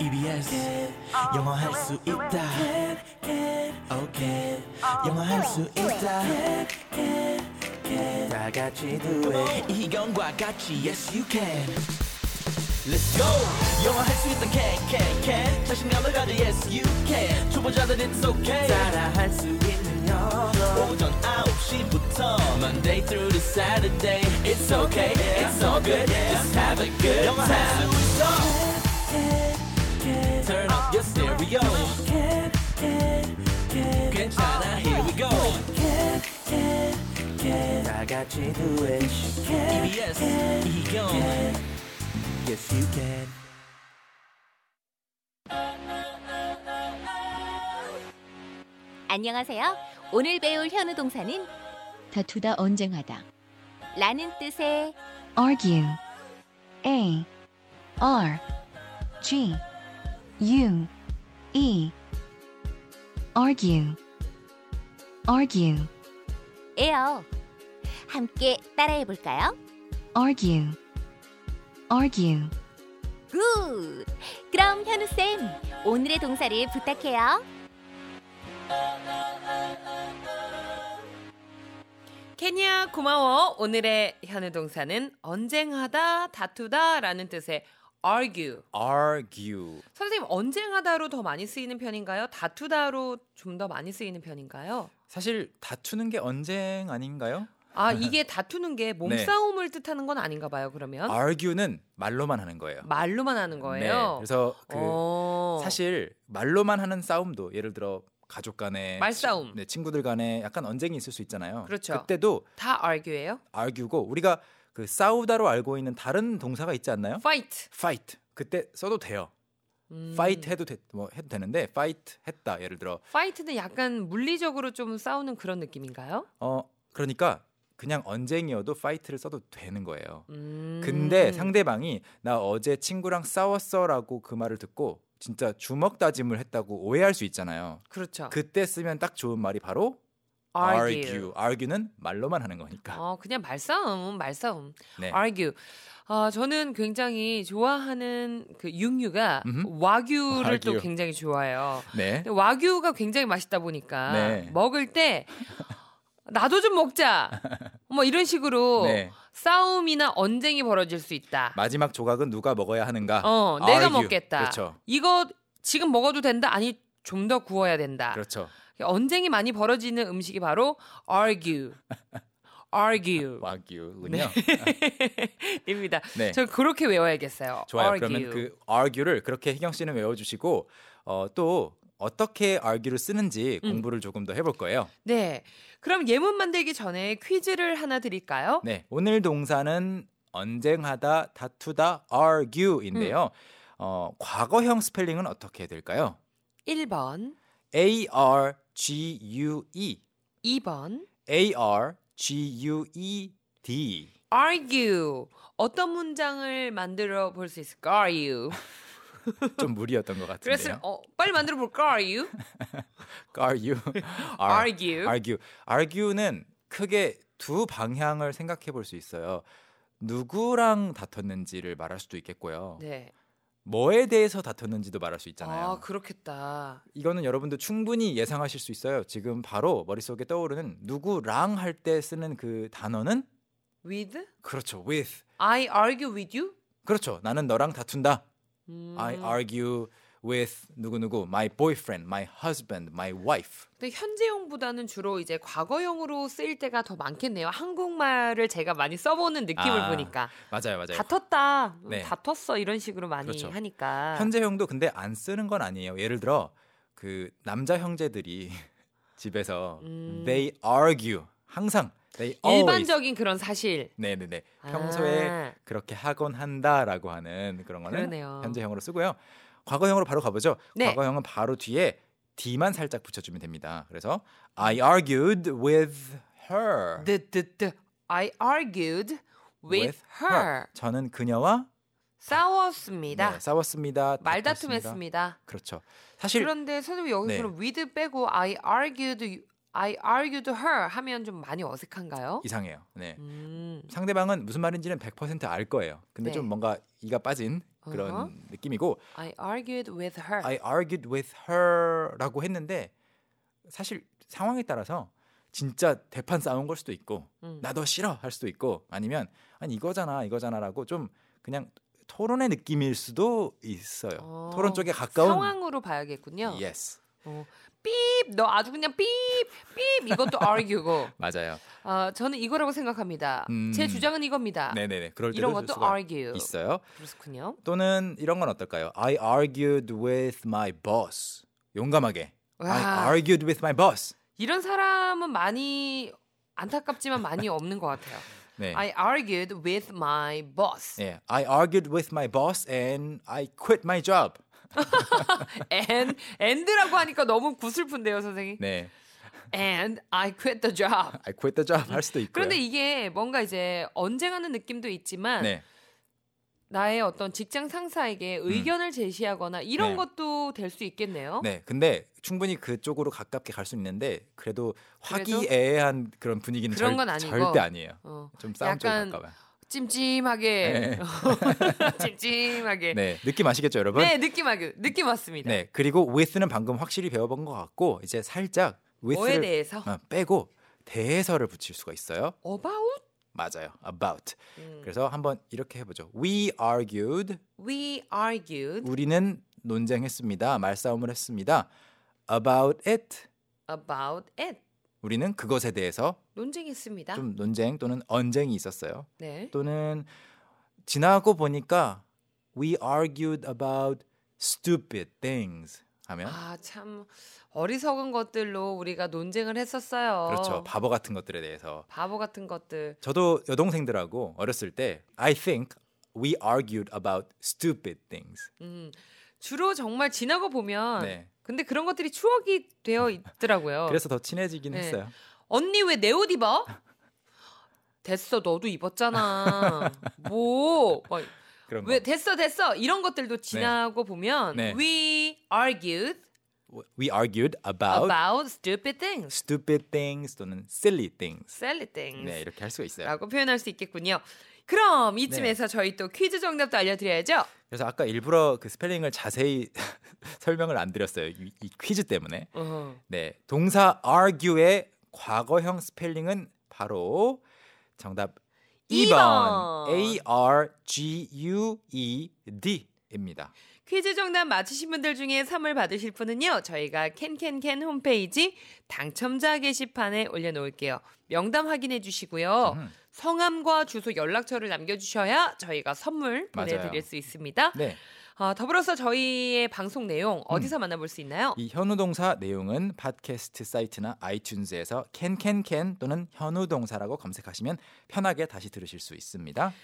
EBS 영어 할 수 있다 오케이 영어 할 수 있다 다 같이 do it 이희경과 같이 yes you can Let's go 영어 할 수 있다 can can can 자신감을 가져 yes you can 초보자들 it's okay 따라 할 수 있는 영어 오전 9시부터 Monday through to Saturday It's okay it's all good just have a good time 영어 할수 있어 Turn up your stereo. 괜찮아, here we go. 다 같이 do it. EBS, 이경. Yes, you can. 안녕하세요. 오늘 배울 현우 동사는 다투다 언쟁하다 라는 뜻의 argue a r g u e argue argue 에요. 함께 따라해 볼까요? argue argue 굿! 그럼 현우쌤, 오늘의 동사를 부탁해요. 케냐 고마워. 오늘의 현우 동사는 언쟁하다, 다투다라는 뜻의 argue. argue. 선생님, 언쟁하다로 더 많이 쓰이는 편인가요? 다투다로 좀 더 많이 쓰이는 편인가요? 사실 다투는 게 언쟁 아닌가요? 아, 이게 다투는 네. 게 몸싸움을 뜻하는 건 아닌가 봐요, 그러면. argue는 말로만 하는 거예요. 말로만 하는 네, 거예요. 그래서 그 어. 사실 말로만 하는 싸움도 예를 들어 가족 간에 말싸움. 치- 네, 친구들 간에 약간 언쟁이 있을 수 있잖아요. 그렇죠. 때도 다 argue예요? argue고 우리가 그 싸우다로 알고 있는 다른 동사가 있지 않나요? fight. fight. 그때 써도 돼요. 음. fight 해도 되, 뭐 해도 되는데 fight 했다. 예를 들어 fight는 약간 물리적으로 좀 싸우는 그런 느낌인가요? 어 그러니까 그냥 언쟁이어도 fight를 써도 되는 거예요. 음. 근데 상대방이 나 어제 친구랑 싸웠어라고 그 말을 듣고 진짜 주먹 다짐을 했다고 오해할 수 있잖아요. 그렇죠. 그때 쓰면 딱 좋은 말이 바로 argue. argue는 말로만 하는 거니까. 어, 그냥 말싸움, 말싸움. 네. argue. 아, 저는 굉장히 좋아하는 그 육류가 음흠. 와규를 또 와규. 굉장히 좋아해요. 네. 근데 와규가 굉장히 맛있다 보니까 네. 먹을 때 나도 좀 먹자. 뭐 이런 식으로 네. 싸움이나 언쟁이 벌어질 수 있다. 마지막 조각은 누가 먹어야 하는가? 어, 내가 argue. 먹겠다. 그렇죠. 이거 지금 먹어도 된다. 아니 좀 더 구워야 된다. 그렇죠. 언쟁이 많이 벌어지는 음식이 바로 argue. argue. 네. argue군요. 입니다. 네. 저 그렇게 외워야겠어요. 좋아요. argue. 그러면 그 argue를 그렇게 희경 씨는 외워 주시고 어, 또 어떻게 argue를 쓰는지 음. 공부를 조금 더 해볼 거예요. 네. 그럼 예문 만들기 전에 퀴즈를 하나 드릴까요? 네, 오늘 동사는 언쟁하다, 다투다, argue인데요. 음. 어, 과거형 스펠링은 어떻게 해야 될까요? 1번, A R G U E 2번. A R G U E D argue. 어떤 문장을 만들어 볼 수 있을까? argue. 아, 좀 무리였던 것 그래서 같은데요. 어, 빨리 만들어 볼까? argue. argue, Ar- argue. argue, argue는 크게 두 방향을 생각해 볼 수 있어요. 누구랑 다퉜는지를 말할 수도 있겠고요. 네. 뭐에 대해서 다퉜는지도 말할 수 있잖아요. 아, 그렇겠다. 이거는 여러분도 충분히 예상하실 수 있어요. 지금 바로 머릿속에 떠오르는 누구랑 할 때 쓰는 그 단어는 with 그렇죠. with. I argue with you? 그렇죠. 나는 너랑 다툰다. 음, I argue with 누구누구 my boyfriend, my husband, my wife. 근데 현재형보다는 주로 이제 과거형으로 쓰일 때가 더 많겠네요. 한국말을 제가 많이 써보는 느낌을 아, 보니까. 맞아요. 맞아요. 다퉜다, 네. 다퉜어 이런 식으로 많이 그렇죠. 하니까. 현재형도 근데 안 쓰는 건 아니에요. 예를 들어 그 남자 형제들이 집에서 음. they argue 항상 they always 일반적인 그런 사실. 네네네. 평소에 아. 그렇게 하곤 한다라고 하는 그런 거는 그러네요. 현재형으로 쓰고요. 과거형으로 바로 가보죠. 네. 과거형은 바로 뒤에 d만 살짝 붙여주면 됩니다. 그래서 I argued with her. 드드드. 네, I argued with, her. 저는 그녀와 싸웠습니다. 네, 싸웠습니다. 다퉜습니다. 말다툼했습니다. 그렇죠. 사실 그런데 선생님 여기서 네. 그럼 with 빼고 I argued I argued her 하면 좀 많이 어색한가요? 이상해요. 네. 음. 상대방은 무슨 말인지는 100%알 거예요. 근데 네. 좀 뭔가 이가 빠진 그런 어허. 느낌이고 I argued with her. I argued with her라고 했는데 사실 상황에 따라서 진짜 대판 싸운 걸 수도 있고 음. 나 너 싫어 할 수도 있고 아니면 아니 이거잖아 이거잖아라고 좀 그냥 토론의 느낌일 수도 있어요. 어, 토론 쪽에 가까운 예. 상황으로 봐야겠군요. yes 어, 삐입 너 아주 그냥 삐입 삐입 이것도 argue고. 맞아요. 어, 저는 이거라고 생각합니다. 음. 제 주장은 이겁니다. 네네네 그럴 아, 때도 이런 쓸 것도 수가 argue. 있어요. 그렇군요. 또는 이런 건 어떨까요? I argued with my boss. 용감하게. 와. I argued with my boss. 이런 사람은 많이 안타깝지만 많이 없는 것 같아요. 네. I argued with my boss 예, I argued with my boss and I quit my job. and and라고 하니까 너무 구슬픈데요, 선생님. 네, And I quit the job. I quit the job 할 수도 있고요. 그런데 이게 뭔가 이제 언쟁하는 느낌도 있지만 네, 나의 어떤 직장 상사에게 의견을 제시하거나 이런 음. 네. 것도 될 수 있겠네요. 네, 근데 충분히 그쪽으로 가깝게 갈 수 있는데 그래도 그래도? 화기애애한 그런 분위기는 그런 절, 건 아니고. 절대 아니에요. 어, 좀 싸움 쪽에 약간 가까워요. 찜찜하게 네. 찜찜하게 네. 네, 느낌 아시겠죠, 여러분? 느낌 알- 느낌 왔습니다. 네, 그리고 with는 방금 확실히 배워본 것 같고 이제 살짝 뭐에 with를 대해서 어, 빼고 대해서를 붙일 수가 있어요. about 맞아요. about. 음. 그래서 한번 이렇게 해보죠. We argued. we argued 우리는 논쟁했습니다. 말싸움을 했습니다. About it. about it 우리는 그것에 대해서 논쟁했습니다. 좀 논쟁 또는 언쟁이 있었어요. 네. 또는 지나고 보니까 we argued about stupid things 하면 아 참 어리석은 것들로 우리가 논쟁을 했었어요. 그렇죠. 바보 같은 것들에 대해서. 바보 같은 것들. 저도 여동생들하고 어렸을 때 I think we argued about stupid things. 음. 주로 정말 지나고 보면 네. 근데 그런 것들이 추억이 되어 있더라고요. 그래서 더 친해지긴 네. 했어요. 언니 왜 내 옷 입어? 됐어 너도 입었잖아. 뭐? 막, 그런 거. 왜 됐어 됐어 이런 것들도 지나고 보면 네. we argued We argued about about stupid things, stupid things 또는 silly things. silly things. 네, 이렇게 할 수가 있어요. 라고 표현할 수 있겠군요. 그럼 이쯤에서 네. 저희 또 퀴즈 정답도 알려드려야죠. 그래서 아까 일부러 그 스펠링을 자세히 설명을 안 드렸어요. 이, 이 퀴즈 때문에. 네, 동사 argue의 과거형 스펠링은 바로 정답 2번, 이번. A R G U E D입니다. 퀴즈 정답 맞히신 분들 중에 선물 받으실 분은요. 저희가 캔캔캔 홈페이지 당첨자 게시판에 올려놓을게요. 명단 확인해 주시고요. 음. 성함과 주소 연락처를 남겨주셔야 저희가 선물 맞아요. 보내드릴 수 있습니다. 네, 음. 아, 더불어서 저희의 방송 내용 어디서 만나볼 수 있나요? 이 현우 동사 내용은 팟캐스트 사이트나 아이튠즈에서 캔캔캔 또는 현우 동사라고 검색하시면 편하게 다시 들으실 수 있습니다.